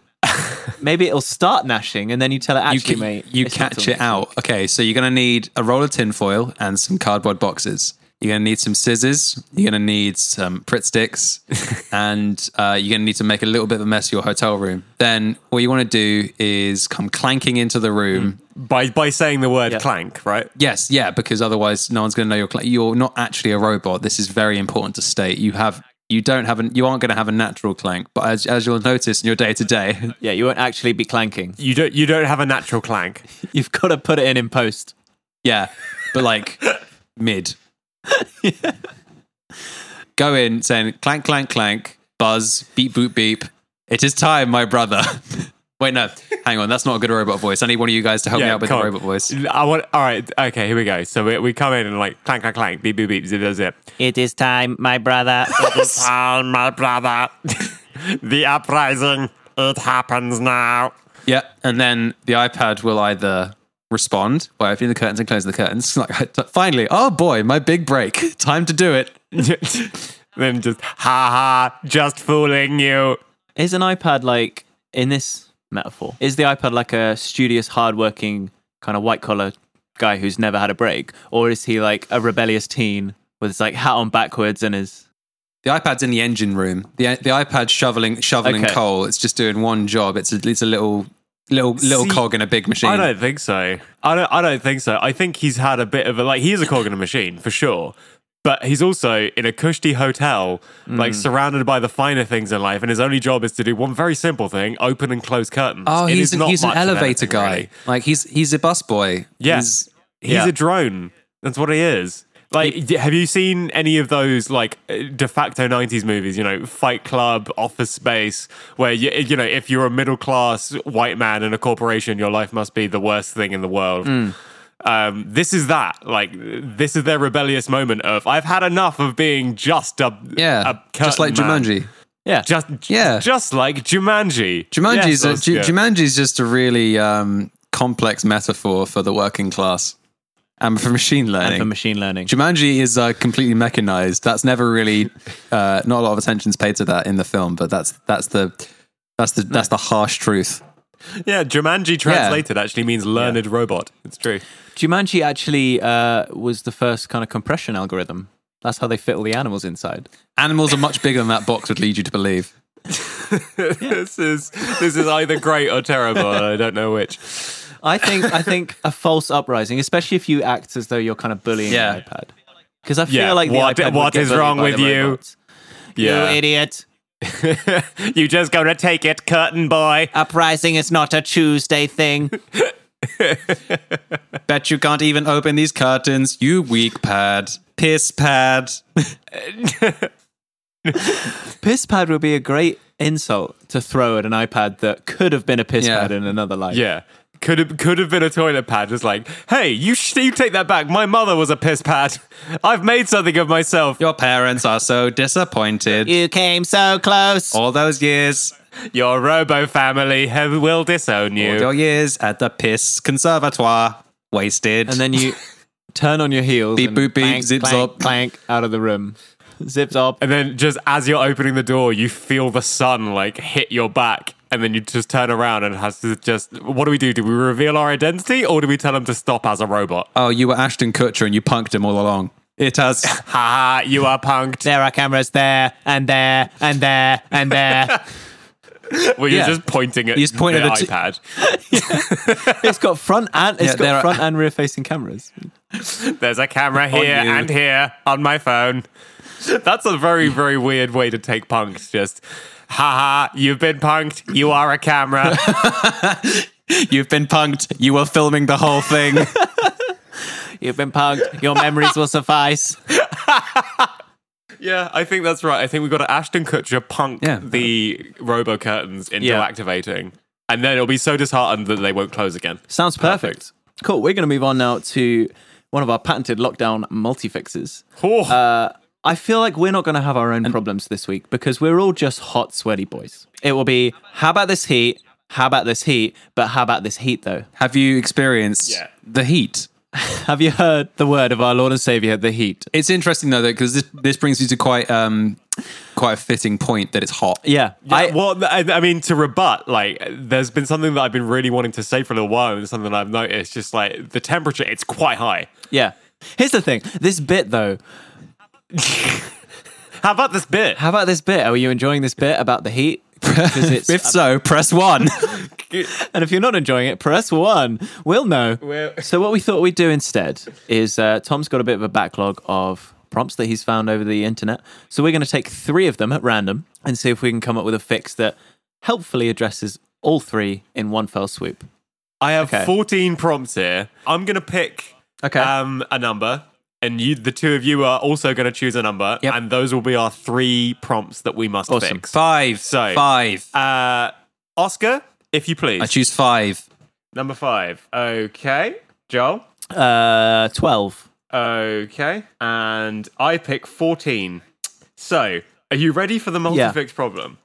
A: maybe it'll start gnashing and then you tell it,
B: You,
A: actually,
B: ca-
A: mate.
B: you
A: it's not
B: catch
A: till
B: it
A: next
B: out. Okay, so you're going to need a roll of tinfoil and some cardboard boxes. You're going to need some scissors. You're going to need some Pritt sticks. and uh, you're going to need to make a little bit of a mess of your hotel room. Then what you want to do is come clanking into the room
A: Hmm.
C: by by saying the word
A: Yeah.
C: clank, right?
B: Yes, yeah, because otherwise no one's going to know you're cl- you're not actually a robot. This is very important to state. You have you don't have an, you aren't going to have a natural clank, but as, as you'll notice in your day to day,
A: Yeah, you won't actually be clanking.
C: You don't you don't have a natural clank.
A: You've got to put it in in post.
B: yeah, but like mid. Go in saying clank clank clank buzz beep boop beep. It is time, my brother. Wait, no, hang on. That's not a good robot voice. I need one of you guys to help me out with the
C: come on.
B: robot voice.
C: I want. All right. Okay. Here we go. So we, we come in and like clank, clank, clank, beep, beep, beep, zip, zip, zip.
A: It is time, my brother. It is
C: Oh, my brother. the uprising. It happens now.
B: Yeah, and then the iPad will either respond by opening the curtains and closing the curtains. It's Like finally, oh boy, my big break! Time to do it.
C: then just ha ha, just fooling you.
A: Is an iPad like in this metaphor? Is the iPad like a studious, hardworking kind of white collar guy who's never had a break, or is he like a rebellious teen with his like hat on backwards and his?
B: The iPad's in the engine room. the The iPad's shoveling shoveling
A: Okay.
B: coal. It's just doing one job. It's a it's a little little little
C: See,
B: cog in a big machine.
C: I don't think so. I don't. I don't think so. I think he's had a bit of a like. He is a cog in a machine for sure, but he's also in a cushy hotel, like
B: Mm.
C: surrounded by the finer things in life, and his only job is to do one very simple thing: open and close curtains.
B: Oh,
C: It
B: he's
C: is
B: an,
C: not
B: he's an
C: much of
B: elevator
C: anything,
B: guy.
C: really.
B: Like he's he's a bus boy.
C: Yeah.
B: He's-
C: He's
B: Yeah.
C: a drone. That's what he is. Like, d- have you seen any of those like uh, de facto '90s movies? You know, Fight Club, Office Space, where you, you know, if you're a middle class white man in a corporation, your life must be the worst thing in the world.
B: Hmm.
C: Um, this is that. Like, this is their rebellious moment of I've had enough of being just a
B: yeah,
C: a
B: just like
C: curtain man."
B: Jumanji.
A: Yeah,
C: Just
B: Yeah.
C: just like Jumanji.
B: Jumanji's
C: Yes,
B: a, Ju-
C: Oscar.
B: Jumanji's just a really um, complex metaphor for the working class and for machine learning.
A: and for machine learning.
B: Jumanji is uh, completely mechanized. That's never really uh, not a lot of attention's paid to that in the film, but that's that's the that's the that's the harsh truth.
C: yeah, Jumanji translated actually means learned robot. It's true.
A: Jumanji actually uh, was the first kind of compression algorithm. That's how they fit all the animals inside.
B: Animals are much bigger than that box would lead you to believe.
C: this is this is either great or terrible. and I don't know which.
A: I think I think a false uprising, especially if you act as though you're kind of bullying
B: Yeah.
A: the iPad, because I feel
C: Yeah,
A: like the
C: what-
A: iPad would
C: what
A: get
C: is
A: bullied
C: wrong
A: by
C: with
A: the
C: you?
A: robots. you
C: Yeah,
A: idiot!
C: you just gonna take it, curtain boy.
A: Uprising is not a Tuesday thing.
B: Bet you can't even open these curtains, you weak pad, piss pad.
A: piss pad would be a great insult to throw at an iPad that could have been a piss
B: Yeah.
A: pad in another life.
C: Yeah, could have could have been a toilet pad. Just like, hey, you sh- you take that back. My mother was a piss pad. I've made something of myself.
B: Your parents are so disappointed.
A: You came so close.
B: All those years,
C: Your robo family have, will disown
B: all
C: you.
B: your years at the piss conservatoire, wasted.
A: And then you turn on your heels.
B: Beep,
A: and
B: boop, beep,
A: clank,
B: zip,
A: clank,
B: zop.
A: Clank out of the room. Zips up.
C: And then just as you're opening the door, you feel the sun like hit your back. And then you just turn around and has to just. What do we do? Do we reveal our identity or do we tell them to stop as a robot?
B: oh, you were Ashton Kutcher and you punked him all along. It has
C: Haha, you are punked.
A: There are cameras there and there and there and there.
C: Well, you're
B: Yeah.
C: just pointing at
B: You just point
C: the
B: at the t-
C: iPad.
A: it's got front and it's
B: Yeah, there
A: got
B: are-
A: front and rear facing cameras.
C: There's a camera here
B: you.
C: and here on my phone. That's a very, very weird way to take punks. Just, haha, you've been punked. You are a camera.
B: You've been punked. You were filming the whole thing.
A: You've been punked. Your memories will suffice.
C: yeah, I think that's right. I think we've got to Ashton Kutcher punk
B: Yeah.
C: the robo curtains into
A: Yeah.
C: activating. And then it'll be so disheartened that they won't close again.
A: Sounds perfect. Cool. We're going to move on now to one of our patented lockdown multi fixes.
C: Oh,
A: Uh, I feel like we're not going to have our own problems this week because we're all just hot, sweaty boys. It will be how about this heat? How about this heat? But how about this heat though?
B: Have you experienced
C: Yeah.
B: the heat?
D: Have you heard the word of our Lord and Savior, the heat?
B: It's interesting though, because this this brings you to quite um quite a fitting point that it's hot.
D: Yeah.
C: I, well, I, I mean, to rebut, like, there's been something that I've been really wanting to say for a little while, and something that I've noticed, just like the temperature, it's quite high.
D: yeah. Here's the thing. This bit though,
C: How about this bit?
D: how about this bit? Are you enjoying this bit about the heat? 'Cause it's-
B: If so, press one.
D: and if you're not enjoying it, press one. We'll know.
C: We'll-
D: So what we thought we'd do instead is uh, Tom's got a bit of a backlog of prompts that he's found over the internet. So we're going to take three of them at random and see if we can come up with a fix that helpfully addresses all three in one fell swoop.
C: I have
D: Okay.
C: 14 prompts here. I'm gonna pick
D: Okay.
C: um, a number, and you, the two of you, are also gonna choose a number,
D: Yep.
C: and those will be our three prompts that we must
D: Awesome.
C: fix.
B: Five.
C: So-
B: five.
C: Uh, Oscar, if you please,
B: I choose five.
C: number five. Okay, Joel.
D: Uh, 12.
C: Okay, and I pick 14. So, are you ready for the multi-fix problem?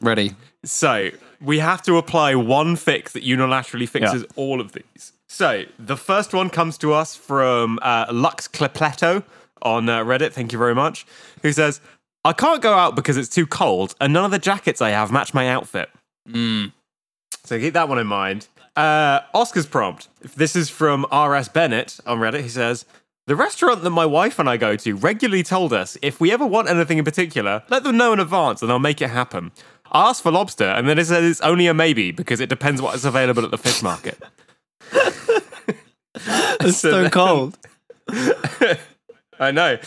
B: Ready.
C: So we have to apply one fix that unilaterally fixes
D: Yeah.
C: all of these. So the first one comes to us from uh, Lux Clepleto on uh, Reddit. Thank you very much. Who says, "I can't go out because it's too cold, and none of the jackets I have match my outfit." So keep that one in mind. Uh, Oscar's prompt. This is from R.S. Bennett on Reddit. He says, The restaurant that my wife and I go to regularly told us if we ever want anything in particular, let them know in advance and they'll make it happen. I asked for lobster and then it said it's only a maybe because it depends what is available at the fish market.
D: It's so cold.
C: I know.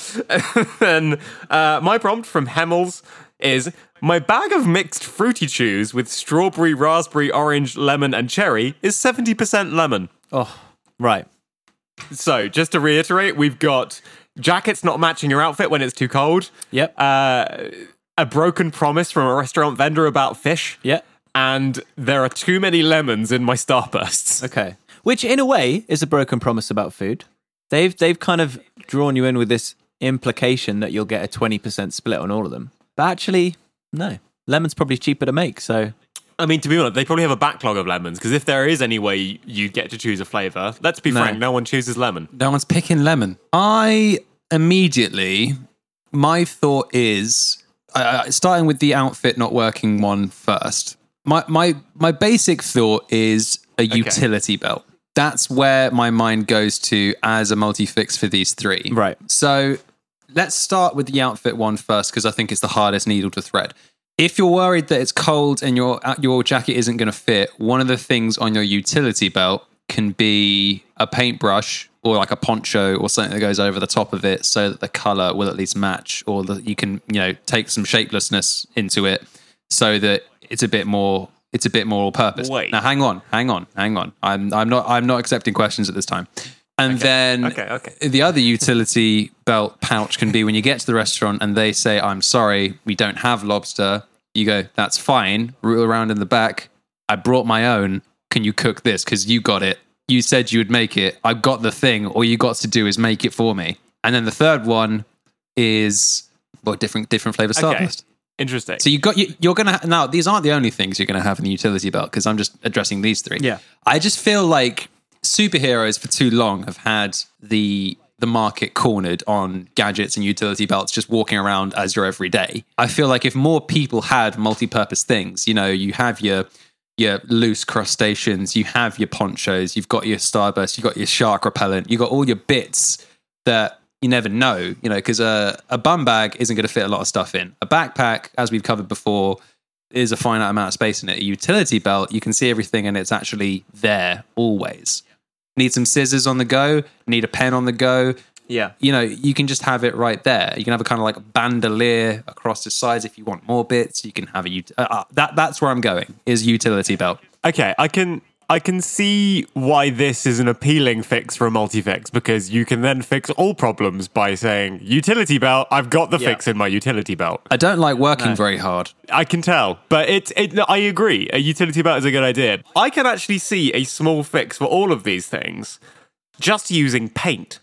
C: and uh, my prompt from Hamels is my bag of mixed fruity chews with strawberry, raspberry, orange, lemon, and cherry is 70% lemon.
D: Right.
C: So, just to reiterate, we've got jackets not matching your outfit when it's too cold.
D: Yep.
C: Uh, a broken promise from a restaurant vendor about fish.
D: Yep.
C: And there are too many lemons in my starbursts.
D: Okay. Which, in a way, is a broken promise about food. They've they've kind of drawn you in with this implication that you'll get a twenty percent split on all of them. But actually, no. Lemon's probably cheaper to make, so
C: I mean, to be honest, they probably have a backlog of lemons because if there is any way you get to choose a flavor, let's be frank, no one chooses lemon.
B: No one's picking lemon. I immediately, my thought is uh, starting with the outfit not working one first. My my my basic thought is a utility belt. That's where my mind goes to as a multi fix for these three.
D: Right.
B: So let's start with the outfit one first because I think it's the hardest needle to thread. If you're worried that it's cold and your uh, your jacket isn't going to fit, one of the things on your utility belt can be a paintbrush or like a poncho or something that goes over the top of it so that the color will at least match or that you can, you know, take some shapelessness into it so that it's a bit more it's a bit more all purpose.
C: Wait.
B: Now hang on, hang on, hang on. I'm I'm not I'm not accepting questions at this time. And then
C: Okay, okay.
B: the other utility belt pouch can be when you get to the restaurant and they say, I'm sorry, we don't have lobster. You go, that's fine. Root around in the back. I brought my own. Can you cook this? Because you got it. You said you would make it. I've got the thing. All you got to do is make it for me. And then the third one is well, different different flavor starburst.
C: Interesting.
B: So you got you, you're gonna ha- now. These aren't the only things you're gonna have in the utility belt because I'm just addressing these three.
D: Yeah.
B: I just feel like superheroes for too long have had the the market cornered on gadgets and utility belts just walking around as your everyday. I feel like if more people had multi-purpose things, you know, you have your your loose crustaceans, you have your ponchos, you've got your starburst, you've got your shark repellent, you've got all your bits that you never know, you know, because a, a bum bag isn't going to fit a lot of stuff in. A backpack, as we've covered before, is a finite amount of space in it. A utility belt, you can see everything and it's actually there always. Need some scissors on the go, need a pen on the go.
D: yeah.
B: You know, you can just have it right there. You can have a kind of like bandolier across the sides if you want more bits. You can have a ut- uh, uh, that. That's where I'm going is utility belt.
C: Okay, I can I can see why this is an appealing fix for a multi-fix because you can then fix all problems by saying utility belt. I've got the fix in my utility belt.
B: I don't like working very hard.
C: I can tell, but it's it. no, I agree. A utility belt is a good idea. I can actually see a small fix for all of these things, just using paint.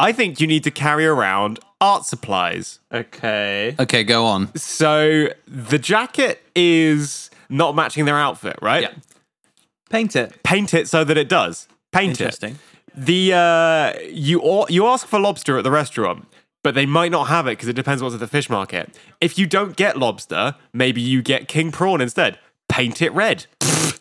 C: I think you need to carry around art supplies.
D: Okay.
B: Okay, go on.
C: So the jacket is not matching their outfit, right?
B: Yeah.
D: Paint it.
C: Paint it so that it does. Paint it.
D: Interesting.
C: The uh, you or, you ask for lobster at the restaurant, but they might not have it because it depends what's at the fish market. If you don't get lobster, maybe you get king prawn instead. Paint it red.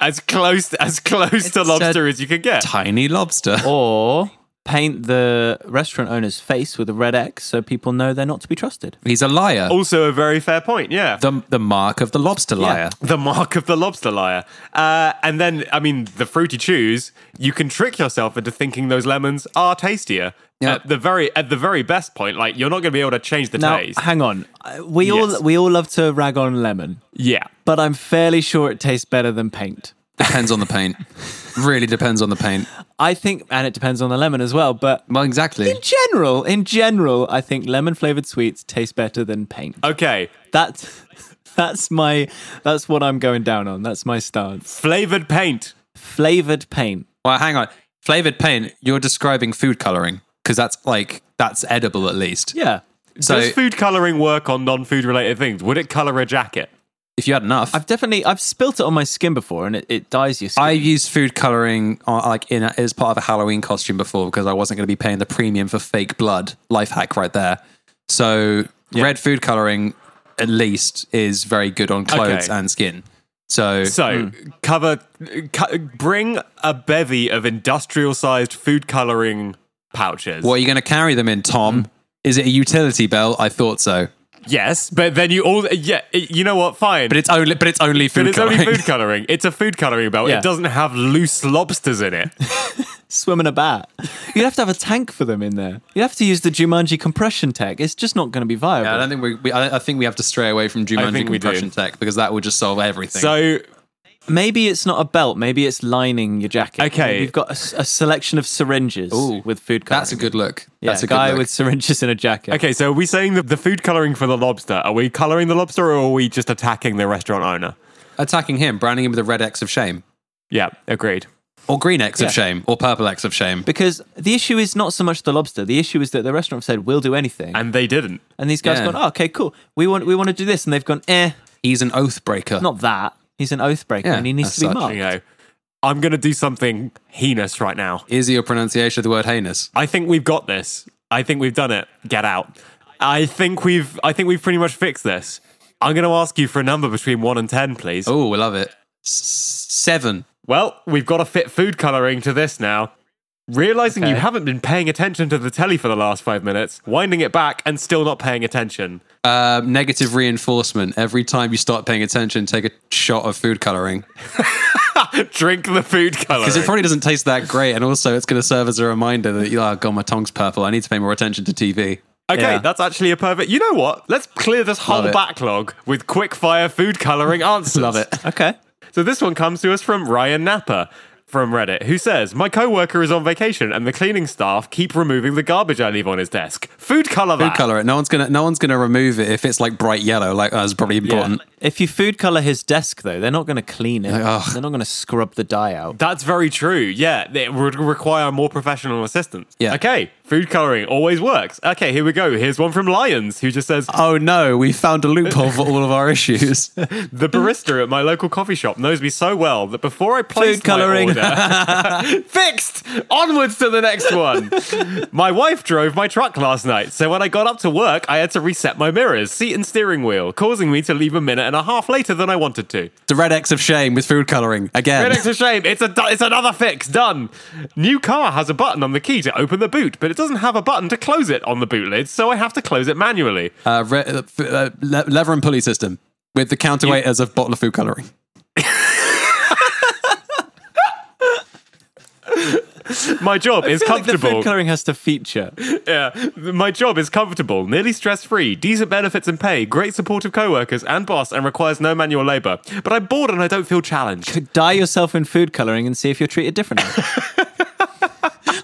C: as close as close to
B: a
C: lobster as you can get.
B: Tiny lobster.
A: Or paint the restaurant owner's face with a red X so people know they're not to be trusted.
B: He's a liar.
C: also, a very fair point. Yeah.
B: The, the mark of the lobster liar.
C: The mark of the lobster liar. Uh, and then, I mean, the fruity chews. You can trick yourself into thinking those lemons are tastier.
B: Yeah.
C: At the very at the very best point, like you're not going to be able to change the
A: Now,
C: taste.
A: hang on. Uh, We
C: Yes.
A: all we all love to rag on lemon,
C: Yeah.
A: but I'm fairly sure it tastes better than paint.
B: Depends on the paint. really depends on the paint.
A: I think, and it depends on the lemon as well. But
B: Well, exactly.
A: in general, in general, I think lemon flavored sweets taste better than paint.
C: Okay.
A: That's that's my that's what I'm going down on. That's my stance.
C: Flavored paint.
A: Flavored paint.
B: Well, hang on. Flavored paint, you're describing food coloring because that's like, that's edible at least.
A: Yeah.
B: So
C: Does food coloring work on non-food related things? Would it color a jacket?
B: if you had enough,
A: I've definitely I've spilt it on my skin before and it, it dyes your skin.
B: I used food coloring uh, like in a, as part of a Halloween costume before because I wasn't going to be paying the premium for fake blood. Life hack right there. So red food coloring at least is very good on clothes
C: Okay.
B: and skin. So,
C: So
B: Hmm.
C: cover, co- bring a bevy of industrial-sized food coloring pouches.
B: what are you going to carry them in, Tom? Is it a utility belt? I thought so,
C: Yes, but then you all yeah. You know what? Fine.
B: but it's only but it's only food
C: But it's
B: coloring.
C: only food coloring. It's a food coloring belt.
A: Yeah.
C: It doesn't have loose lobsters in it.
A: swim in a bat. You'd have to have a tank for them in there. You'd have to use the Jumanji compression tech. It's just not going to be viable.
B: I don't think we. we I, I think we have to stray away from Jumanji
C: think we do.
B: compression tech because that would just solve everything.
C: So
A: maybe it's not a belt. Maybe it's lining your jacket.
C: Okay.
A: Maybe you've got a, s- a selection of syringes
B: Ooh.
A: with food coloring.
B: that's a good look.
A: Yeah,
B: that's a good
A: guy
B: look.
A: with syringes in a jacket.
C: okay, so are we saying that the food coloring for the lobster? Are we coloring the lobster, or are we just attacking the restaurant owner?
B: attacking him, branding him with a red X of shame.
C: Yeah, agreed.
B: Or green X of shame, or purple X of shame.
A: Because the issue is not so much the lobster. The issue is that the restaurant said we'll do anything, and,
C: And they didn't.
A: these guys
B: Yeah.
A: gone, oh, okay, cool. We want we want to do this, and they've gone, eh,
B: He's an oath breaker.
A: not that. He's an oath breaker,
B: Yeah,
A: and he needs
B: as
A: to be
B: such,
A: marked.
C: You know, I'm gonna do something heinous right now.
B: Is your pronunciation of the word heinous?
C: I think we've got this. I think we've done it. Get out. I think we've. I think we've pretty much fixed this. I'm gonna ask you for a number between one and ten, please.
B: Oh, we love it. S- seven.
C: Well, we've got to fit food colouring to this now. Realising you
A: Okay.
C: haven't been paying attention to the telly for the last five minutes, winding it back and still not paying attention.
B: Um, negative reinforcement. Every time you start paying attention, take a shot of food coloring
C: Drink the food colouring.
B: because it probably doesn't taste that great, and also it's going to serve as a reminder that oh god, my tongue's purple. I need to pay more attention to TV.
C: okay,
A: Yeah.
C: that's actually a perfect. You know what? Let's clear this whole
B: it.
C: backlog with quick fire food colouring answers.
B: Love it.
A: Okay.
C: So this one comes to us from Ryan Napper from Reddit, who says, My coworker is on vacation and the cleaning staff keep removing the garbage I leave on his desk. Food colour
B: Food
C: that.
B: color it. No one's gonna. No one's gonna remove it if it's like bright yellow. Like that's probably important.
A: If you food color his desk, though, they're not going to clean it.
B: ugh.
A: They're not going to scrub the dye out.
C: That's very true. Yeah, it would require more professional assistance.
B: Yeah.
C: Okay, food coloring always works. Okay, here we go. Here's one from Lions who just says
B: Oh no, we found a loophole for all of our issues.
C: the barista at my local coffee shop knows me so well that before I placed
A: Food colouring.
C: my order, fixed. Onwards to the next one. my wife drove my truck last night, so when I got up to work, I had to reset my mirrors, seat, and steering wheel, causing me to leave a minute and a half later than I wanted to.
B: the red X of shame with food coloring again.
C: Red X of shame. It's a it's another fix. Done. New car has a button on the key to open the boot, but it doesn't have a button to close it on the boot lid, so I have to close it manually.
B: uh, re- uh, f- uh, le- lever and pulley system with the counterweight as a bottle of food coloring.
C: My job is
A: I feel like the
C: comfortable.
A: food coloring has to feature.
C: yeah, my job is comfortable, nearly stress free, decent benefits and pay, great supportive co-workers and boss, and requires no manual labor. But I'm bored and I don't feel challenged.
A: Dye yourself in food coloring and see if you're treated differently.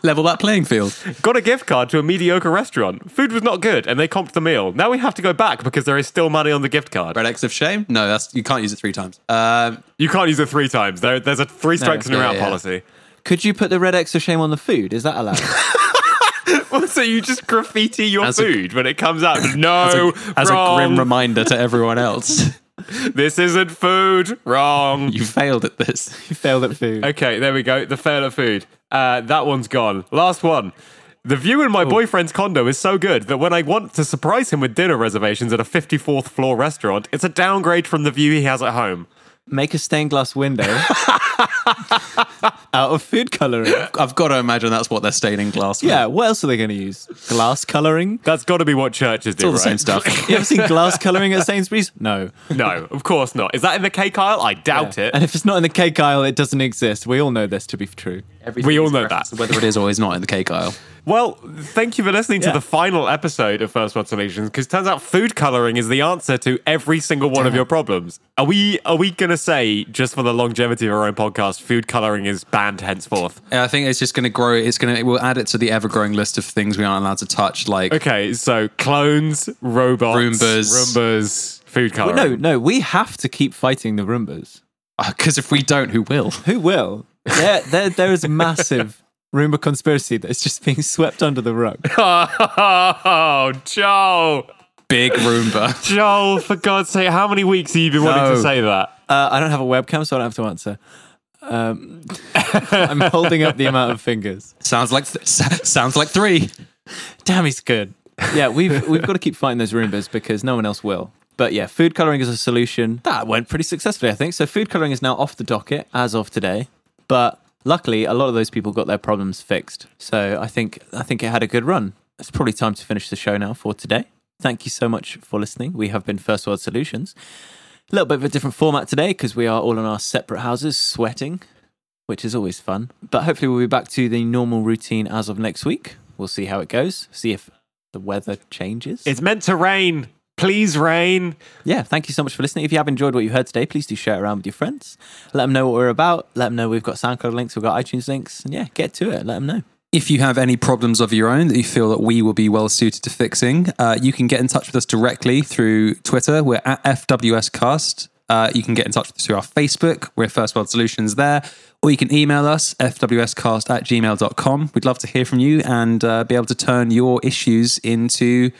B: Level that playing field.
C: Got a gift card to a mediocre restaurant. Food was not good, and they comped the meal. Now we have to go back because there is still money on the gift card.
B: Red X of shame? No, that's you can't use it three times. Um,
C: You can't use it three times. There, there's a three strikes and
B: yeah,
C: you're out
B: yeah.
C: policy.
A: Could you put the red X of shame on the food? Is that allowed?
C: So you just graffiti your
B: As a-
C: food when it comes out. No,
B: as
C: wrong.
B: a grim reminder to everyone else,
C: this isn't food. Wrong.
B: you failed at this.
A: you failed at food.
C: Okay, there we go. The fail of food. Uh, that one's gone. Last one. The view in my
B: Oh.
C: boyfriend's condo is so good that when I want to surprise him with dinner reservations at a 54th floor restaurant, it's a downgrade from the view he has at home.
A: Make a stained glass window out of food coloring.
B: I've got to imagine that's what they're staining glass with.
A: Yeah, what else are they going to use? Glass coloring?
C: That's got to be what churches do,
B: All the
C: right?
B: same stuff.
A: You ever seen glass coloring at Sainsbury's? No.
C: No, of course not. Is that in the cake aisle? I doubt it.
A: And if it's not in the cake aisle, it doesn't exist. We all know this to be true.
C: We all know that.
B: Whether it is or is not in the cake aisle.
C: Well, thank you for listening to
A: Yeah.
C: the final episode of First World Solutions because turns out food coloring is the answer to every single one of your problems. Are we are we going to say just for the longevity of our own podcast food coloring is banned henceforth?
B: Yeah, I think it's just going to grow. It's going to, we'll add it to the ever growing list of things we aren't allowed to touch, like
C: Okay, so clones, robots,
B: Roombas.
C: Roombas, food coloring.
A: No, no, we have to keep fighting the Roombas.
B: Because uh, if we don't, who will?
A: Who will? There, there, there is a massive Roomba conspiracy that is just being swept under the rug.
C: Oh, Joel,
B: Big Roomba.
C: Joel, for God's sake, how many weeks have you been wanting to
B: No.
C: say that?
A: Uh, I don't have a webcam, so I don't have to answer. Um, I'm holding up the amount of fingers.
B: sounds like th- s- sounds like three.
A: Damn, he's good. Yeah, we've we've got to keep fighting those Roombas because no one else will. But yeah, food coloring is a solution that went pretty successfully, I think. So food coloring is now off the docket as of today. But luckily, a lot of those people got their problems fixed. So I think I think it had a good run. It's probably time to finish the show now for today. Thank you so much for listening. We have been First World Solutions. A little bit of a different format today because we are all in our separate houses sweating, which is always fun. But hopefully, we'll be back to the normal routine as of next week. We'll see how it goes, see if the weather changes.
C: It's meant to rain. Please rain.
A: yeah, thank you so much for listening. If you have enjoyed what you heard today, please do share it around with your friends. Let them know what we're about. Let them know we've got SoundCloud links, we've got iTunes links. And yeah, get to it. Let them know.
B: If you have any problems of your own that you feel that we will be well suited to fixing, uh, you can get in touch with us directly through Twitter. We're at FWScast. Uh, you can get in touch with us through our Facebook. We're First World Solutions there. Or you can email us, fwscast at gmail.com. We'd love to hear from you and uh, be able to turn your issues into.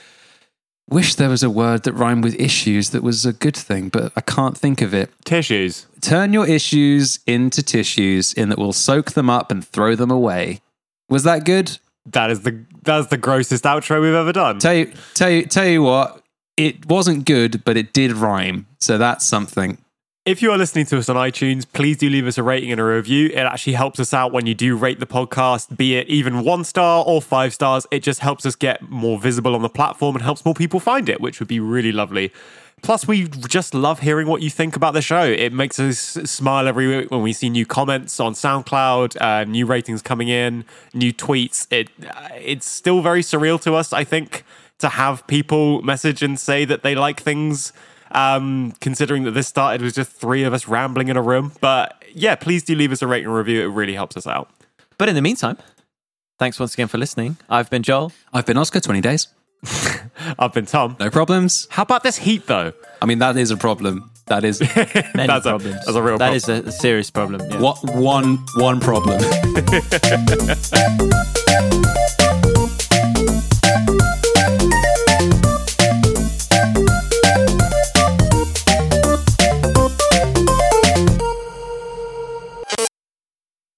B: Wish there was a word that rhymed with issues that was a good thing, but I can't think of it.
C: Tissues.
B: Turn your issues into tissues in that we'll soak them up and throw them away. Was that good?
C: That is the that's the grossest outro we've ever done.
B: Tell you, tell you, tell you what, it wasn't good, but it did rhyme. So that's something.
C: If you are listening to us on iTunes, please do leave us a rating and a review. It actually helps us out when you do rate the podcast, be it even one star or five stars. It just helps us get more visible on the platform and helps more people find it, which would be really lovely. Plus, we just love hearing what you think about the show. It makes us smile every week when we see new comments on SoundCloud, uh, new ratings coming in, new tweets. It uh, it's still very surreal to us, I think, to have people message and say that they like things um, considering that this started with just three of us rambling in a room. But yeah, please do leave us a rating and review. It really helps us out.
A: But in the meantime, thanks once again for listening. I've been Joel.
B: I've been Oscar 20 days.
C: I've been Tom.
B: No problems.
C: How about this heat though?
B: I mean, that is a problem. That is
A: Many
C: That's a-
A: problems.
C: that's a real
A: That is a serious problem. yeah.
B: what one one problem.